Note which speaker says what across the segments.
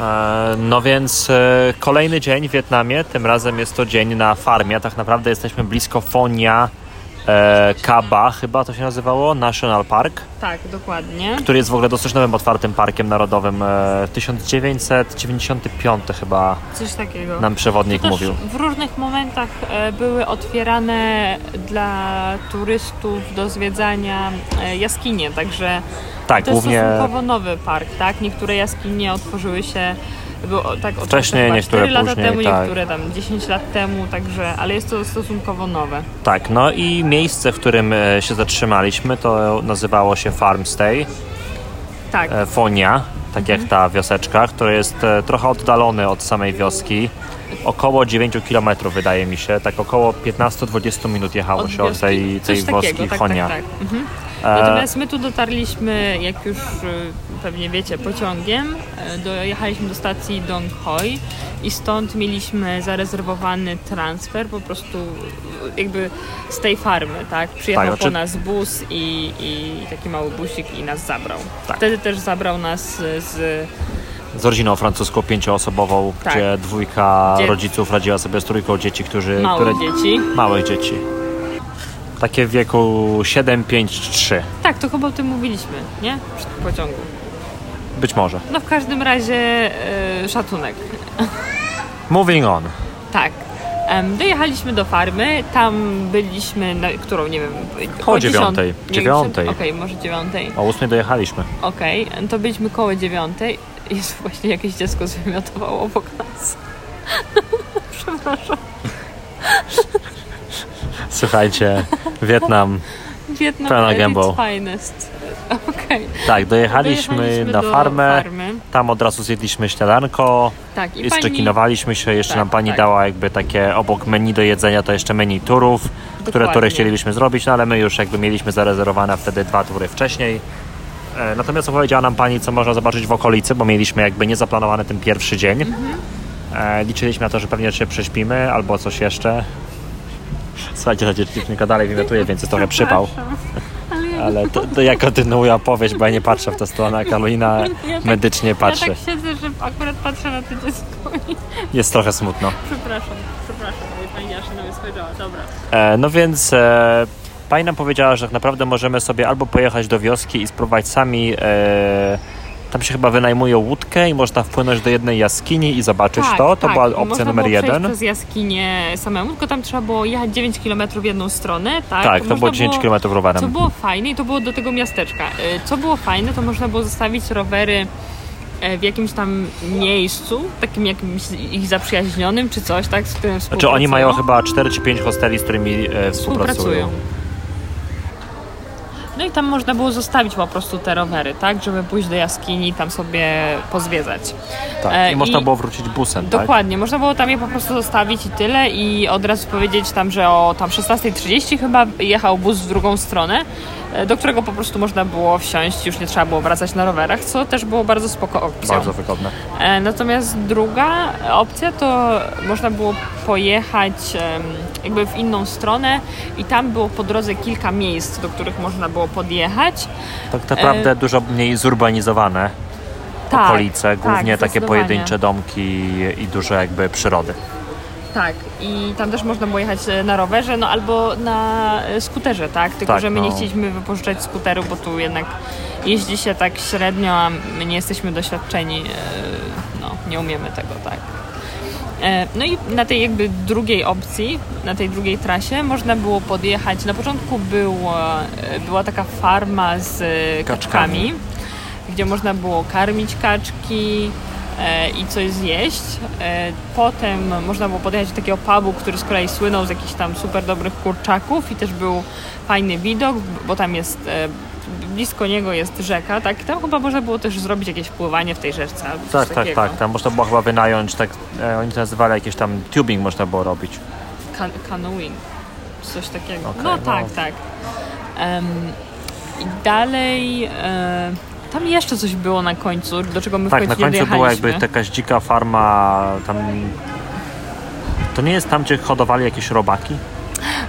Speaker 1: E, No więc e, kolejny dzień w Wietnamie, tym razem jest to dzień na farmie, a tak naprawdę jesteśmy blisko Fonia e, Kaba, chyba to się nazywało, National Park,
Speaker 2: Tak, dokładnie.
Speaker 1: który jest w ogóle dosyć nowym otwartym parkiem narodowym. E, 1995 chyba
Speaker 2: Coś takiego.
Speaker 1: nam przewodnik
Speaker 2: Też
Speaker 1: mówił.
Speaker 2: W różnych momentach e, były otwierane dla turystów do zwiedzania e, jaskinie, także
Speaker 1: Tak,
Speaker 2: to jest
Speaker 1: głównie
Speaker 2: stosunkowo nowy park, tak? Niektóre jaskinie otworzyły się było, tak, otwarte
Speaker 1: Wcześniej,
Speaker 2: chyba
Speaker 1: niektóre
Speaker 2: 4 lata
Speaker 1: później,
Speaker 2: temu,
Speaker 1: tak.
Speaker 2: niektóre tam 10 lat temu, także, ale jest to stosunkowo nowe.
Speaker 1: tak. No i miejsce, w którym e, się zatrzymaliśmy, to nazywało się Farmstay.
Speaker 2: Tak,
Speaker 1: e, Fonia, tak jak ta wioseczka, który jest e, trochę oddalony od samej wioski. Około 9 km wydaje mi się, tak około 15-20 minut jechało się od
Speaker 2: wioski.
Speaker 1: tej, E,
Speaker 2: Coś
Speaker 1: tej
Speaker 2: takiego,
Speaker 1: wioski
Speaker 2: tak,
Speaker 1: Fonia.
Speaker 2: Tak, tak. Mhm. Natomiast my tu dotarliśmy, jak już y, pewnie wiecie, pociągiem. E, Dojechaliśmy do stacji Dong Hoi i stąd mieliśmy zarezerwowany transfer po prostu y, jakby z tej farmy, tak? Przyjechał
Speaker 1: Tak, znaczy-
Speaker 2: po nas bus i, i taki mały busik i nas zabrał.
Speaker 1: Tak.
Speaker 2: Wtedy też zabrał nas z, z
Speaker 1: Z rodziną francuską pięcioosobową,
Speaker 2: Tak.
Speaker 1: gdzie dwójka
Speaker 2: Gdzie-
Speaker 1: rodziców radziła sobie z trójką dzieci, którzy...
Speaker 2: małych
Speaker 1: E, które-
Speaker 2: dzieci.
Speaker 1: Małych dzieci. Takie w wieku 7, 5, 3.
Speaker 2: Tak, to chyba o tym mówiliśmy, nie? Przy pociągu.
Speaker 1: Być może.
Speaker 2: No w każdym razie e, szacunek.
Speaker 1: Moving on.
Speaker 2: Tak. Em, Dojechaliśmy do farmy, tam byliśmy, na, którą nie wiem,
Speaker 1: Koło
Speaker 2: dziesiąt-
Speaker 1: dziewiątej.
Speaker 2: nie wiem,
Speaker 1: Dziewiątej.
Speaker 2: przed- Okej, może dziewiątej.
Speaker 1: O 8 dojechaliśmy.
Speaker 2: Okej, to byliśmy koło dziewiątej. Jest właśnie jakieś dziecko zwymiotowało obok nas. Przepraszam.
Speaker 1: Słuchajcie, Wietnam.
Speaker 2: Wietnam
Speaker 1: Pełna
Speaker 2: at its
Speaker 1: gębą.
Speaker 2: finest. Okej.
Speaker 1: Tak, dojechaliśmy
Speaker 2: Dojechaliśmy
Speaker 1: na
Speaker 2: do
Speaker 1: farmę.
Speaker 2: farmy.
Speaker 1: Tam od razu zjedliśmy śniadanko,
Speaker 2: Tak, i
Speaker 1: I
Speaker 2: pani...
Speaker 1: zczekinowaliśmy się, jeszcze
Speaker 2: Tak,
Speaker 1: nam pani
Speaker 2: tak.
Speaker 1: dała jakby takie obok menu do jedzenia, to jeszcze menu turów, które tury
Speaker 2: Dokładnie.
Speaker 1: chcielibyśmy zrobić, no ale my już jakby mieliśmy zarezerwowane wtedy dwa tury wcześniej. E, Natomiast opowiedziała nam pani, co można zobaczyć w okolicy, bo mieliśmy jakby niezaplanowany ten pierwszy dzień. E, Liczyliśmy na to, że pewnie się prześpimy albo coś jeszcze. Słuchajcie, ta dziewczynka dalej wymiotuje, więc jest trochę przypał. Ale to, to ja kontynuuję opowieść, bo ja nie patrzę w tę stronę, a Karolina
Speaker 2: Ja tak-
Speaker 1: medycznie
Speaker 2: Ja
Speaker 1: patrzy.
Speaker 2: tak siedzę, że akurat patrzę na to dziecko i
Speaker 1: Jest trochę smutno.
Speaker 2: przepraszam, przepraszam, bo pani aż na mnie spojrzała, dobra.
Speaker 1: E, no więc e, pani nam powiedziała, że tak naprawdę możemy sobie albo pojechać do wioski i spróbować sami. E, tam się chyba wynajmuje łódkę i można wpłynąć do jednej jaskini i zobaczyć to. To była opcja
Speaker 2: Tak, Można
Speaker 1: numer
Speaker 2: było przejść
Speaker 1: jeden.
Speaker 2: przez tak, jaskinię samemu, tylko tam trzeba było jechać 9 km w jedną stronę,
Speaker 1: Tak,
Speaker 2: tak?
Speaker 1: to
Speaker 2: Można
Speaker 1: było 10 km
Speaker 2: Co
Speaker 1: rowerem.
Speaker 2: było fajne i to było do tego miasteczka. Y, Co było fajne, to można było zostawić rowery e, w jakimś tam miejscu, takim jakimś ich zaprzyjaźnionym czy coś, tak? Z którym
Speaker 1: Znaczy oni mają
Speaker 2: współpracują.
Speaker 1: chyba 4 czy 5 hosteli, z którymi e, współpracują.
Speaker 2: Współpracują. No i tam można było zostawić po prostu te rowery, tak? Żeby pójść do jaskini i tam sobie pozwiedzać.
Speaker 1: Tak.
Speaker 2: E,
Speaker 1: I można
Speaker 2: i-
Speaker 1: było wrócić busem, tak?
Speaker 2: Dokładnie, można było tam je po prostu zostawić i tyle i od razu powiedzieć tam, że o tam 16.30 chyba jechał bus w drugą stronę, e, do którego po prostu można było wsiąść, już nie trzeba było wracać na rowerach, co też było bardzo spoko opcją.
Speaker 1: Bardzo wygodne.
Speaker 2: E, Natomiast druga opcja to można było pojechać em, jakby w inną stronę i tam było po drodze kilka miejsc, do których można było podjechać.
Speaker 1: Tak naprawdę dużo mniej zurbanizowane
Speaker 2: E, Tak,
Speaker 1: okolice, głównie takie
Speaker 2: zdecydowanie.
Speaker 1: pojedyncze domki i dużo jakby przyrody.
Speaker 2: Tak, i tam też można było jechać e, na rowerze, no albo na e, skuterze, tak? Tylko,
Speaker 1: Tak,
Speaker 2: że my
Speaker 1: no.
Speaker 2: nie chcieliśmy wypożyczać skuteru, bo tu jednak jeździ się tak średnio, a my nie jesteśmy doświadczeni, e, no, nie umiemy tego, tak. E, No i na tej jakby drugiej opcji, na tej drugiej trasie można było podjechać, na początku było, e, była taka farma z e,
Speaker 1: Kaczkami.
Speaker 2: kaczkami, gdzie można było karmić kaczki e, i coś zjeść. E, potem można było podjechać do takiego pubu, który z kolei słynął z jakichś tam super dobrych kurczaków i też był fajny widok, bo tam jest e, blisko niego jest rzeka, tak? I Tam chyba można było też zrobić jakieś pływanie w tej rzeczce. albo coś
Speaker 1: Tak, tak,
Speaker 2: takiego.
Speaker 1: tak. Tam można było chyba wynająć, tak e, oni to nazywali jakieś tam tubing można było robić.
Speaker 2: kan- canoeing, coś takiego.
Speaker 1: tak. Okej,
Speaker 2: no,
Speaker 1: no.
Speaker 2: tak, tak. Em, I dalej e, tam jeszcze coś było na końcu, do czego my w
Speaker 1: Tak, na
Speaker 2: końcu nie
Speaker 1: końcu była jakby
Speaker 2: dojechaliśmy.
Speaker 1: jakaś dzika farma tam. To nie jest tam, gdzie hodowali jakieś robaki?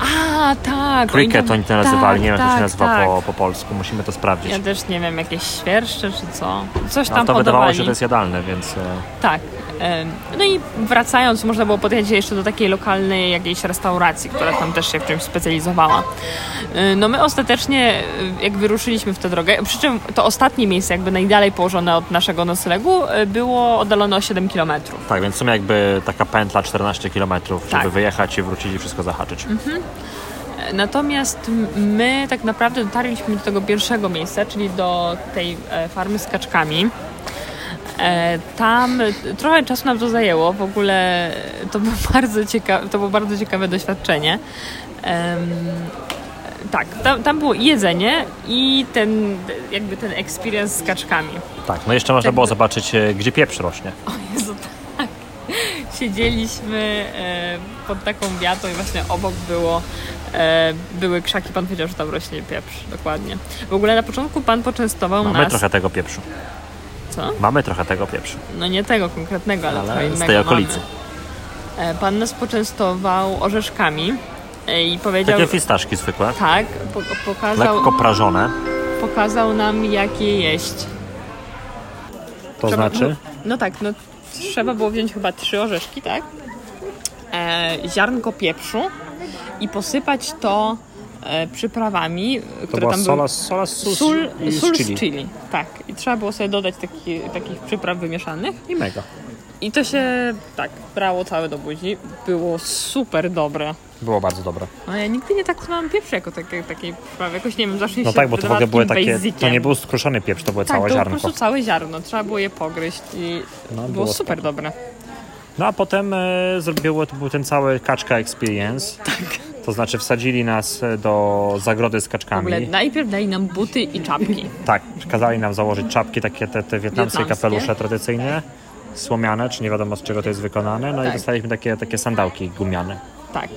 Speaker 2: A, A, tak.
Speaker 1: Cricket oni to
Speaker 2: No tak,
Speaker 1: nazywali, nie wiem jak to
Speaker 2: tak,
Speaker 1: się nazywa
Speaker 2: tak.
Speaker 1: po, po polsku, musimy to sprawdzić.
Speaker 2: Ja też nie wiem, jakieś świerszcze czy co. Coś tam
Speaker 1: No, to wydawało
Speaker 2: podawali.
Speaker 1: się, że to jest jadalne, więc... e,
Speaker 2: Tak. Em, No i wracając, można było podjechać jeszcze do takiej lokalnej jakiejś restauracji, która tam też się w czymś specjalizowała. Y, No my ostatecznie, y, jak wyruszyliśmy w tę drogę, przy czym to ostatnie miejsce, jakby najdalej położone od naszego noclegu, y, było oddalone o 7 km.
Speaker 1: Tak, więc w sumie jakby taka pętla 14 km, żeby
Speaker 2: Tak. Mhm.
Speaker 1: wyjechać i wrócić i wszystko zahaczyć.
Speaker 2: Natomiast m- my tak naprawdę dotarliśmy do tego pierwszego miejsca, czyli do tej e, farmy z kaczkami. E, Tam e, trochę czasu nam to zajęło, w ogóle e, to było bardzo ciekawe, to było bardzo ciekawe doświadczenie. Em, Tak, tam, tam było i jedzenie i ten e, jakby ten experience z kaczkami.
Speaker 1: Tak, no jeszcze można
Speaker 2: Tak.
Speaker 1: było zobaczyć, e, gdzie pieprz rośnie.
Speaker 2: O Jezu, tak. Siedzieliśmy e, pod taką wiatą i właśnie obok było, e, były krzaki. Pan powiedział, że tam rośnie pieprz, dokładnie. W ogóle na początku pan poczęstował
Speaker 1: Mamy
Speaker 2: nas...
Speaker 1: trochę tego pieprzu.
Speaker 2: Co?
Speaker 1: Mamy trochę tego pieprzu.
Speaker 2: No nie tego konkretnego, ale,
Speaker 1: Ale
Speaker 2: trochę
Speaker 1: z
Speaker 2: innego
Speaker 1: tej okolicy.
Speaker 2: Mamy. E, pan nas poczęstował orzeszkami e, i powiedział...
Speaker 1: Takie fistaszki zwykłe,
Speaker 2: Tak, po, pokazał,
Speaker 1: lekko prażone.
Speaker 2: pokazał nam, jak je jeść.
Speaker 1: To
Speaker 2: Trzeba-
Speaker 1: znaczy,
Speaker 2: No, no tak, no trzeba było wziąć chyba trzy orzeszki, tak? E, ziarnko pieprzu i posypać to e, przyprawami,
Speaker 1: to
Speaker 2: które
Speaker 1: była
Speaker 2: tam
Speaker 1: sola,
Speaker 2: były.
Speaker 1: sola z sus
Speaker 2: Sól,
Speaker 1: i z
Speaker 2: sól
Speaker 1: chili.
Speaker 2: z chili, tak. I trzeba było sobie dodać taki, takich przypraw wymieszanych.
Speaker 1: I mega.
Speaker 2: I to się tak brało całe do buzi. Było super dobre.
Speaker 1: Było bardzo dobre.
Speaker 2: No ja nigdy nie tak smawiam pieprzu jako takie, takiej przyprawy. Jakoś nie wiem, zawsze mi
Speaker 1: No
Speaker 2: się
Speaker 1: tak, bo to w
Speaker 2: wydawała
Speaker 1: ogóle były
Speaker 2: takim
Speaker 1: takie, to
Speaker 2: basiciem.
Speaker 1: nie był skruszony pieprz, to były
Speaker 2: Tak,
Speaker 1: całe
Speaker 2: to było po
Speaker 1: ziarnko.
Speaker 2: prostu całe ziarno. Trzeba było je pogryźć i
Speaker 1: No,
Speaker 2: było,
Speaker 1: było
Speaker 2: super dobre.
Speaker 1: No a potem e, zrobiło, to był ten cały kaczka experience. Tak. To znaczy wsadzili nas e, do zagrody z
Speaker 2: W ogóle
Speaker 1: kaczkami.
Speaker 2: najpierw dali nam buty i czapki.
Speaker 1: Tak, kazali nam założyć czapki, takie te, te wietnamskie
Speaker 2: Wietnamskie.
Speaker 1: kapelusze tradycyjne, słomiane, czy nie wiadomo z czego to jest wykonane, no
Speaker 2: Tak.
Speaker 1: i dostaliśmy takie, takie sandałki gumiane.
Speaker 2: Tak.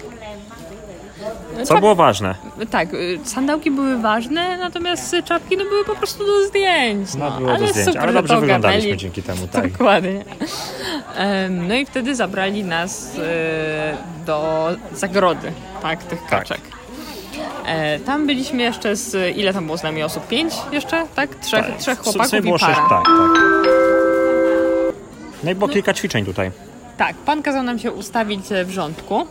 Speaker 1: Co było ważne?
Speaker 2: Tak, y, sandałki były ważne, natomiast y, czapki no, były po prostu do zdjęć. No,
Speaker 1: No, było
Speaker 2: ale
Speaker 1: do zdjęć,
Speaker 2: super,
Speaker 1: ale
Speaker 2: że
Speaker 1: dobrze
Speaker 2: to
Speaker 1: wyglądaliśmy
Speaker 2: ogarnęli.
Speaker 1: dzięki temu, tak.
Speaker 2: Dokładnie. Em, No i wtedy zabrali nas y, do zagrody, tak, tych kaczek. E, Tam byliśmy jeszcze z, ile tam było z nami osób? Pięć jeszcze, tak? Trzech, trzech
Speaker 1: W
Speaker 2: chłopaków
Speaker 1: sumie było
Speaker 2: i para.
Speaker 1: sześć, tak, tak. No i było kilka ćwiczeń tutaj.
Speaker 2: Tak, pan kazał nam się ustawić e, w rządku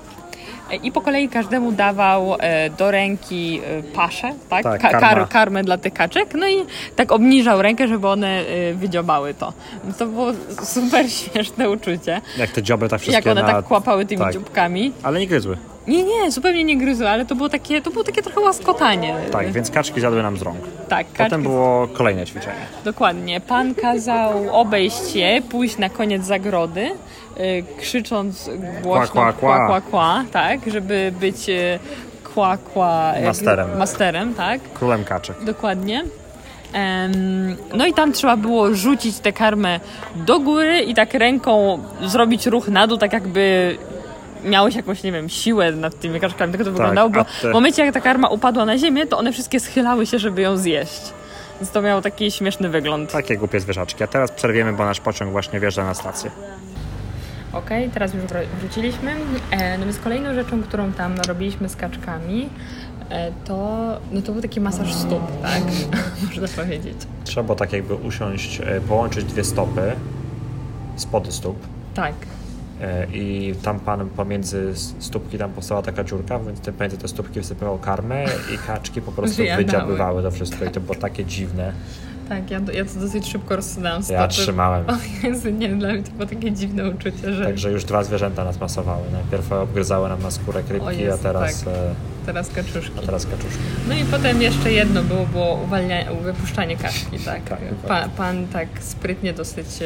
Speaker 2: e, i po kolei każdemu dawał e, do ręki e, paszę, tak?
Speaker 1: Tak,
Speaker 2: Ka-
Speaker 1: karma.
Speaker 2: kar- karmę dla tych kaczek, no i tak obniżał rękę, żeby one e, wydziobały to. No To było super śmieszne uczucie,
Speaker 1: Jak te dzioby tak wszystkie
Speaker 2: jak one
Speaker 1: na...
Speaker 2: tak kłapały tymi
Speaker 1: tak.
Speaker 2: dzióbkami.
Speaker 1: Ale nie gryzły.
Speaker 2: Nie, nie, zupełnie nie gryzły, ale to było takie, to było takie trochę łaskotanie.
Speaker 1: Tak, więc kaczki zjadły nam z rąk.
Speaker 2: tak kaczki
Speaker 1: Potem było kolejne ćwiczenie.
Speaker 2: Dokładnie. Pan kazał obejść je, pójść na koniec zagrody, y, krzycząc głośno
Speaker 1: Kła, kła, kła.
Speaker 2: kła, kła, tak, żeby być y, kła, kła, y,
Speaker 1: Masterem.
Speaker 2: masterem, tak,
Speaker 1: Królem kaczek.
Speaker 2: dokładnie. Em, No i tam trzeba było rzucić tę karmę do góry i tak ręką zrobić ruch na dół, tak jakby miałeś jakąś, nie wiem, siłę nad tymi kaczkami, tak to wyglądało, bo
Speaker 1: a te-
Speaker 2: w momencie jak ta karma upadła na ziemię, to one wszystkie schylały się, żeby ją zjeść. Więc to miało taki śmieszny wygląd.
Speaker 1: Takie głupie zwierzaczki. A teraz przerwiemy, bo nasz pociąg właśnie wjeżdża na stację.
Speaker 2: Okej, teraz już wró- wróciliśmy. E, natomiast kolejną rzeczą, którą tam robiliśmy z kaczkami, e, to, no to był taki masaż stóp, tak? Można powiedzieć.
Speaker 1: Trzeba było tak jakby usiąść, e, połączyć dwie stopy, spody stóp.
Speaker 2: Tak.
Speaker 1: e, I tam pan pomiędzy s- stópki tam powstała taka dziurka, więc te pomiędzy te stópki wsypywał karmę i kaczki po prostu
Speaker 2: Wyjadały.
Speaker 1: wydziabywały to wszystko i to było takie dziwne.
Speaker 2: Tak, ja, ja to dosyć szybko rozsunęłam stopy.
Speaker 1: Ja trzymałem.
Speaker 2: O Jezu, nie, dla mnie to było takie dziwne uczucie, że
Speaker 1: Także już dwa zwierzęta nas masowały. Najpierw obgryzały nam na skórę
Speaker 2: O
Speaker 1: rybki, a
Speaker 2: Jezu,
Speaker 1: teraz,
Speaker 2: tak.
Speaker 1: e,
Speaker 2: teraz kaczuszki.
Speaker 1: a teraz kaczuszki.
Speaker 2: No i potem jeszcze jedno było, było uwalnia, wypuszczanie kaczki, tak?
Speaker 1: Tak, dokładnie.
Speaker 2: pa, pan tak sprytnie dosyć e,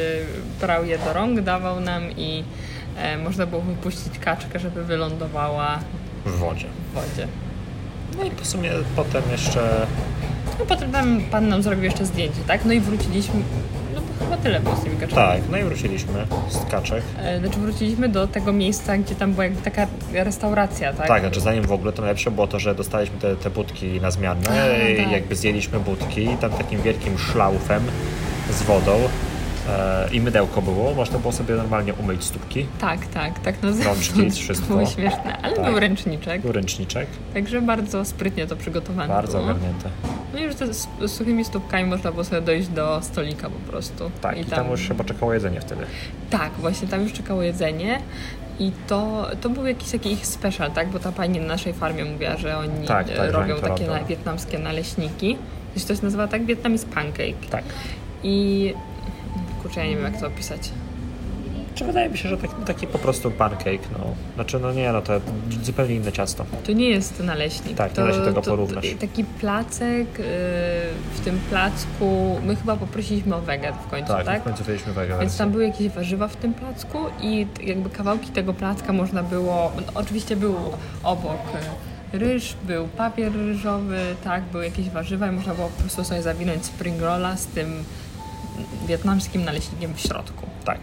Speaker 2: brał je do rąk, dawał nam i e, można było wypuścić kaczkę, żeby wylądowała
Speaker 1: w wodzie.
Speaker 2: w wodzie.
Speaker 1: No i w sumie potem jeszcze
Speaker 2: No potem tam pan nam zrobił jeszcze zdjęcie, tak? No i wróciliśmy, no bo chyba tyle było z tymi kaczkami.
Speaker 1: tak, no i wróciliśmy z kaczek.
Speaker 2: E, Znaczy wróciliśmy do tego miejsca, gdzie tam była jakby taka restauracja, tak?
Speaker 1: Tak, znaczy zanim w ogóle to najlepsze było to, że dostaliśmy te, te budki na zmianę i
Speaker 2: tak.
Speaker 1: jakby zjedliśmy budki tam takim wielkim szlaufem z wodą. e, i mydełko było. Można było sobie normalnie umyć stópki,
Speaker 2: Tak, tak, tak. No,
Speaker 1: Rączki,
Speaker 2: to
Speaker 1: wszystko.
Speaker 2: było śmieszne, ale
Speaker 1: Tak.
Speaker 2: był ręczniczek,
Speaker 1: był ręczniczek,
Speaker 2: także bardzo sprytnie to przygotowane
Speaker 1: bardzo
Speaker 2: było.
Speaker 1: ogarnięte.
Speaker 2: No i już te z z suchymi stópkami można było sobie dojść do stolika po prostu.
Speaker 1: Tak, i tam, już chyba czekało jedzenie wtedy.
Speaker 2: Tak, właśnie tam już czekało jedzenie i to, to był jakiś taki ich special, tak? Bo ta pani na naszej farmie mówiła, że oni
Speaker 1: Tak,
Speaker 2: e,
Speaker 1: tak, że
Speaker 2: robią
Speaker 1: oni to
Speaker 2: takie
Speaker 1: robią.
Speaker 2: na, wietnamskie naleśniki. Coś to się nazywa tak? Vietnamese pancake.
Speaker 1: Tak.
Speaker 2: I... Kurczę, ja nie wiem jak to opisać.
Speaker 1: Czy wydaje mi się, że tak, taki po prostu pancake, no. Znaczy, no nie, no to zupełnie inne ciasto.
Speaker 2: To nie jest naleśnik.
Speaker 1: Tak, nie
Speaker 2: to,
Speaker 1: da się tego
Speaker 2: to,
Speaker 1: porównać.
Speaker 2: To, taki placek, y, w tym placku... My chyba poprosiliśmy o wegan w końcu, tak?
Speaker 1: Tak, i w końcu wzięliśmy wege
Speaker 2: Więc
Speaker 1: wersję.
Speaker 2: tam były jakieś warzywa w tym placku i t- jakby kawałki tego placka można było, no oczywiście był obok e, ryż, był papier ryżowy, tak, były jakieś warzywa i można było po prostu sobie zawinąć spring rolla z tym wietnamskim naleśnikiem w środku.
Speaker 1: Tak,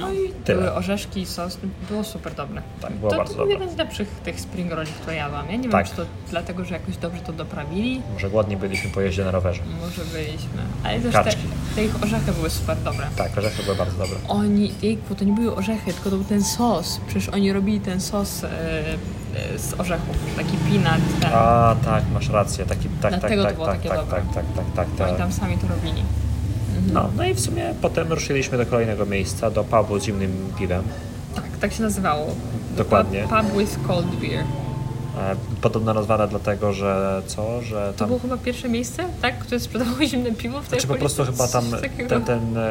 Speaker 2: No i
Speaker 1: Tyle.
Speaker 2: były orzeszki, sos, było super dobre.
Speaker 1: tak, było
Speaker 2: to,
Speaker 1: bardzo
Speaker 2: to był
Speaker 1: dobre.
Speaker 2: jeden z lepszych tych spring rolli, które jadłam. Ja nie
Speaker 1: Tak.
Speaker 2: wiem, czy to dlatego, że jakoś dobrze to doprawili,
Speaker 1: Może głodni byliśmy po jeździe na rowerze.
Speaker 2: może byliśmy, ale też te,
Speaker 1: Kaczki.
Speaker 2: te ich orzechy były super dobre.
Speaker 1: Tak, orzechy były bardzo dobre.
Speaker 2: Oni, jejku, to nie były orzechy, tylko to był ten sos. Przecież oni robili ten sos e, e, z orzechów, taki peanut. Ten.
Speaker 1: A, tak, masz rację, taki, tak, tak,
Speaker 2: Dlatego to
Speaker 1: tak,
Speaker 2: było
Speaker 1: tak,
Speaker 2: takie
Speaker 1: tak,
Speaker 2: dobre.
Speaker 1: tak, tak, tak,
Speaker 2: Oni
Speaker 1: tak, tak.
Speaker 2: tam sami to robili.
Speaker 1: No, no i w sumie potem ruszyliśmy do kolejnego miejsca, do pubu z zimnym piwem.
Speaker 2: Tak, tak się nazywało.
Speaker 1: Dokładnie.
Speaker 2: Pub, pub with cold beer.
Speaker 1: E, Podobno nazwana dlatego, że co, że
Speaker 2: To
Speaker 1: tam...
Speaker 2: było chyba pierwsze miejsce, tak, które sprzedawało zimne piwo w tej
Speaker 1: Znaczy po
Speaker 2: okolicy?
Speaker 1: prostu chyba tam
Speaker 2: Coś takiego.
Speaker 1: ten, ten, e,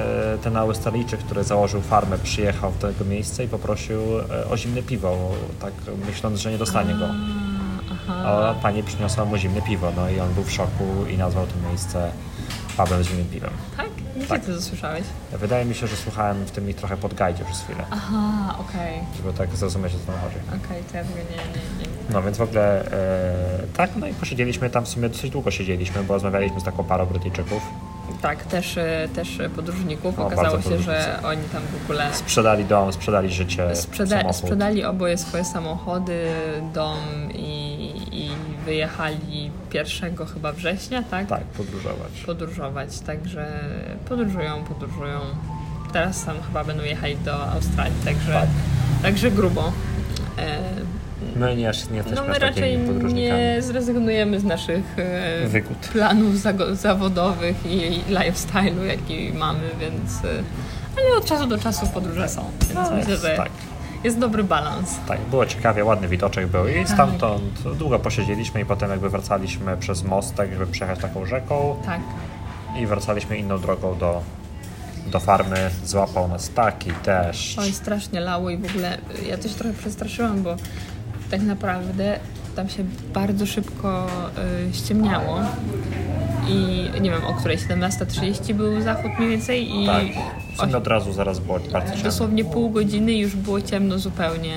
Speaker 1: ten Australijczyk, który założył farmę, przyjechał do tego miejsca i poprosił e, o zimne piwo, tak myśląc, że nie dostanie go.
Speaker 2: Aha.
Speaker 1: A pani przyniosła mu zimne piwo, no i on był w szoku i nazwał to miejsce pubem z zimnym piwem.
Speaker 2: Tak? Gdzie
Speaker 1: Tak.
Speaker 2: ty to słyszałeś?
Speaker 1: Wydaje mi się, że słuchałem w tym ich trochę podgajdzie przez chwilę,
Speaker 2: Aha, okej.
Speaker 1: żeby tak zrozumieć, o co tam chodzi.
Speaker 2: Okej, to ja w ogóle nie, nie, nie.
Speaker 1: No więc w ogóle e, tak, no i posiedzieliśmy tam w sumie dosyć długo siedzieliśmy, bo rozmawialiśmy z taką parą Brytyjczyków.
Speaker 2: Tak, też, e, też e, podróżników.
Speaker 1: O,
Speaker 2: Okazało się,
Speaker 1: No, bardzo
Speaker 2: że oni tam w ogóle...
Speaker 1: Sprzedali dom, sprzedali życie,
Speaker 2: Sprzeda-
Speaker 1: samochód.
Speaker 2: sprzedali oboje swoje samochody, dom i, i wyjechali 1 chyba września, tak?
Speaker 1: Tak, podróżować.
Speaker 2: Podróżować, także podróżują, podróżują. Teraz tam chyba będą jechali do Australii, także,
Speaker 1: Tak.
Speaker 2: także grubo. E,
Speaker 1: My nie, nie jesteśmy no
Speaker 2: no my raczej
Speaker 1: takimi podróżnikami.
Speaker 2: nie zrezygnujemy z naszych e,
Speaker 1: Wygód.
Speaker 2: planów zago- zawodowych i, i lifestyle'u, jaki mamy, więc... E, ale od czasu do czasu podróże są, więc
Speaker 1: No,
Speaker 2: myślę,
Speaker 1: jest-
Speaker 2: że
Speaker 1: tak.
Speaker 2: jest dobry balans.
Speaker 1: Tak, było ciekawie, ładny widoczek był i
Speaker 2: Tak.
Speaker 1: stamtąd długo posiedzieliśmy i potem jakby wracaliśmy przez most, tak żeby przejechać taką rzeką
Speaker 2: Tak.
Speaker 1: i wracaliśmy inną drogą do, do farmy. Złapał nas taki deszcz. Tak.
Speaker 2: Oj, strasznie lało i w ogóle y, ja to się trochę przestraszyłam, bo tak naprawdę tam się bardzo szybko y, ściemniało i nie wiem, o której 17.30 był zachód mniej więcej i
Speaker 1: Tak, w
Speaker 2: oś-
Speaker 1: sumie od razu zaraz było bardzo ciemno.
Speaker 2: tak dosłownie pół godziny już było ciemno zupełnie.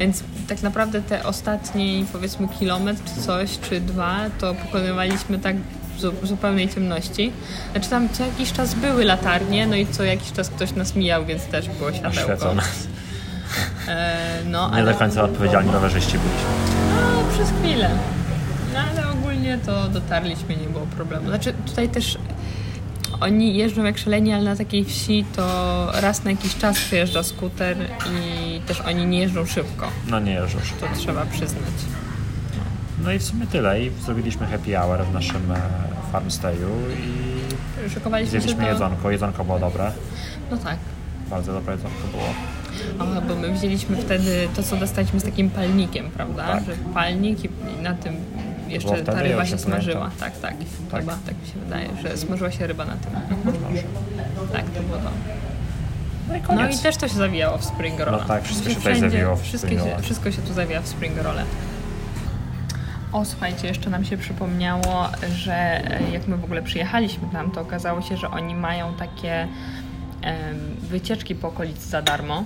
Speaker 2: Więc tak naprawdę te ostatnie powiedzmy kilometr czy coś, czy dwa, to pokonywaliśmy tak w zu- zupełnej ciemności. Znaczy tam co jakiś czas były latarnie, no i co jakiś czas ktoś nas mijał, więc też było światełko.
Speaker 1: Oświecone.
Speaker 2: E, no,
Speaker 1: Nie tak
Speaker 2: ale
Speaker 1: do końca odpowiedzialni rowerzyści byliśmy.
Speaker 2: no, przez chwilę. No ale ogólnie to dotarliśmy, nie było problemu. Znaczy tutaj też oni jeżdżą jak szaleni, ale na takiej wsi to raz na jakiś czas przyjeżdża skuter i też oni nie jeżdżą szybko.
Speaker 1: No nie, już. już.
Speaker 2: To trzeba przyznać.
Speaker 1: No i w sumie tyle. I zrobiliśmy happy hour w naszym e, farmstayu i
Speaker 2: Szykowaliśmy się
Speaker 1: zjedliśmy
Speaker 2: do...
Speaker 1: jedzonko. Jedzonko było dobre.
Speaker 2: No tak.
Speaker 1: Bardzo dobre jedzonko było.
Speaker 2: O, bo my wzięliśmy wtedy to, co dostaliśmy z takim palnikiem, prawda?
Speaker 1: Tak.
Speaker 2: Że palnik i i na tym
Speaker 1: Bo
Speaker 2: jeszcze
Speaker 1: wtedy
Speaker 2: ta
Speaker 1: ja
Speaker 2: ryba
Speaker 1: się
Speaker 2: się smażyła.
Speaker 1: pamiętam.
Speaker 2: Tak, tak,
Speaker 1: Tak.
Speaker 2: Chyba tak mi się wydaje, że smażyła się ryba na tym. Tak, to było to.
Speaker 1: No i
Speaker 2: No
Speaker 1: koniec.
Speaker 2: i też to się zawijało w Spring Rolla.
Speaker 1: No tak, wszystko się tutaj
Speaker 2: Wszędzie-
Speaker 1: zawijało w
Speaker 2: wszystkie
Speaker 1: Spring
Speaker 2: się,
Speaker 1: Rolla.
Speaker 2: Wszystko się tu zawija w Spring Rolle. O, słuchajcie, jeszcze nam się przypomniało, że e, jak my w ogóle przyjechaliśmy tam, to okazało się, że oni mają takie em, wycieczki po okolicy za darmo.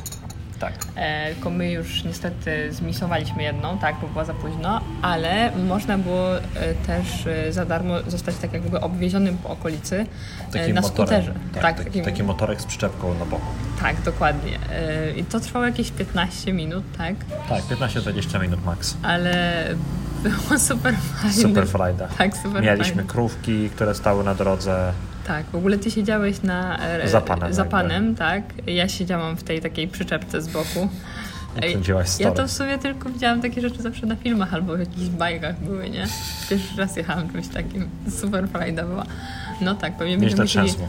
Speaker 1: Tak.
Speaker 2: E, tylko my już niestety zmisowaliśmy jedną, tak, bo była za późno, ale można było e, też e, za darmo zostać tak jakby obwiezionym po okolicy e, na skuterze.
Speaker 1: Tak, taki,
Speaker 2: takim-
Speaker 1: taki motorek z przyczepką na boku.
Speaker 2: tak, dokładnie. E, I to trwało jakieś 15 minut, tak?
Speaker 1: Tak, 15-20 minut max.
Speaker 2: Ale było super fajne.
Speaker 1: Super frajda.
Speaker 2: Tak, super
Speaker 1: Mieliśmy
Speaker 2: fajne.
Speaker 1: krówki, które stały na drodze.
Speaker 2: Tak, w ogóle ty siedziałeś na e,
Speaker 1: Za panem
Speaker 2: za
Speaker 1: jakby.
Speaker 2: panem tak. Ja siedziałam w tej takiej przyczepce z boku. Ej,
Speaker 1: Kręciłaś
Speaker 2: ja
Speaker 1: story.
Speaker 2: to w sumie tylko widziałam takie rzeczy zawsze na filmach albo w jakichś bajkach były, nie? Pierwszy raz jechałam czymś takim. Super frajda była. No tak, pewnie
Speaker 1: Mnie się to
Speaker 2: będziemy
Speaker 1: trzęsło.
Speaker 2: musieli,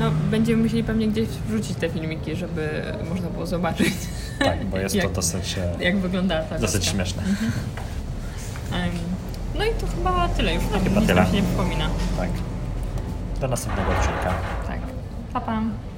Speaker 2: no, będziemy musieli pewnie gdzieś wrzucić te filmiki, żeby można było zobaczyć,
Speaker 1: Tak, bo jest to
Speaker 2: Jak- Mhm.
Speaker 1: dosyć, e,
Speaker 2: jak wyglądała ta
Speaker 1: dosyć
Speaker 2: wioska.
Speaker 1: śmieszne.
Speaker 2: Em, No i to chyba tyle już. Chyba
Speaker 1: tyle.
Speaker 2: mi się nie przypomina.
Speaker 1: Tak. Do następnego odcinka.
Speaker 2: Tak. Pa, pa.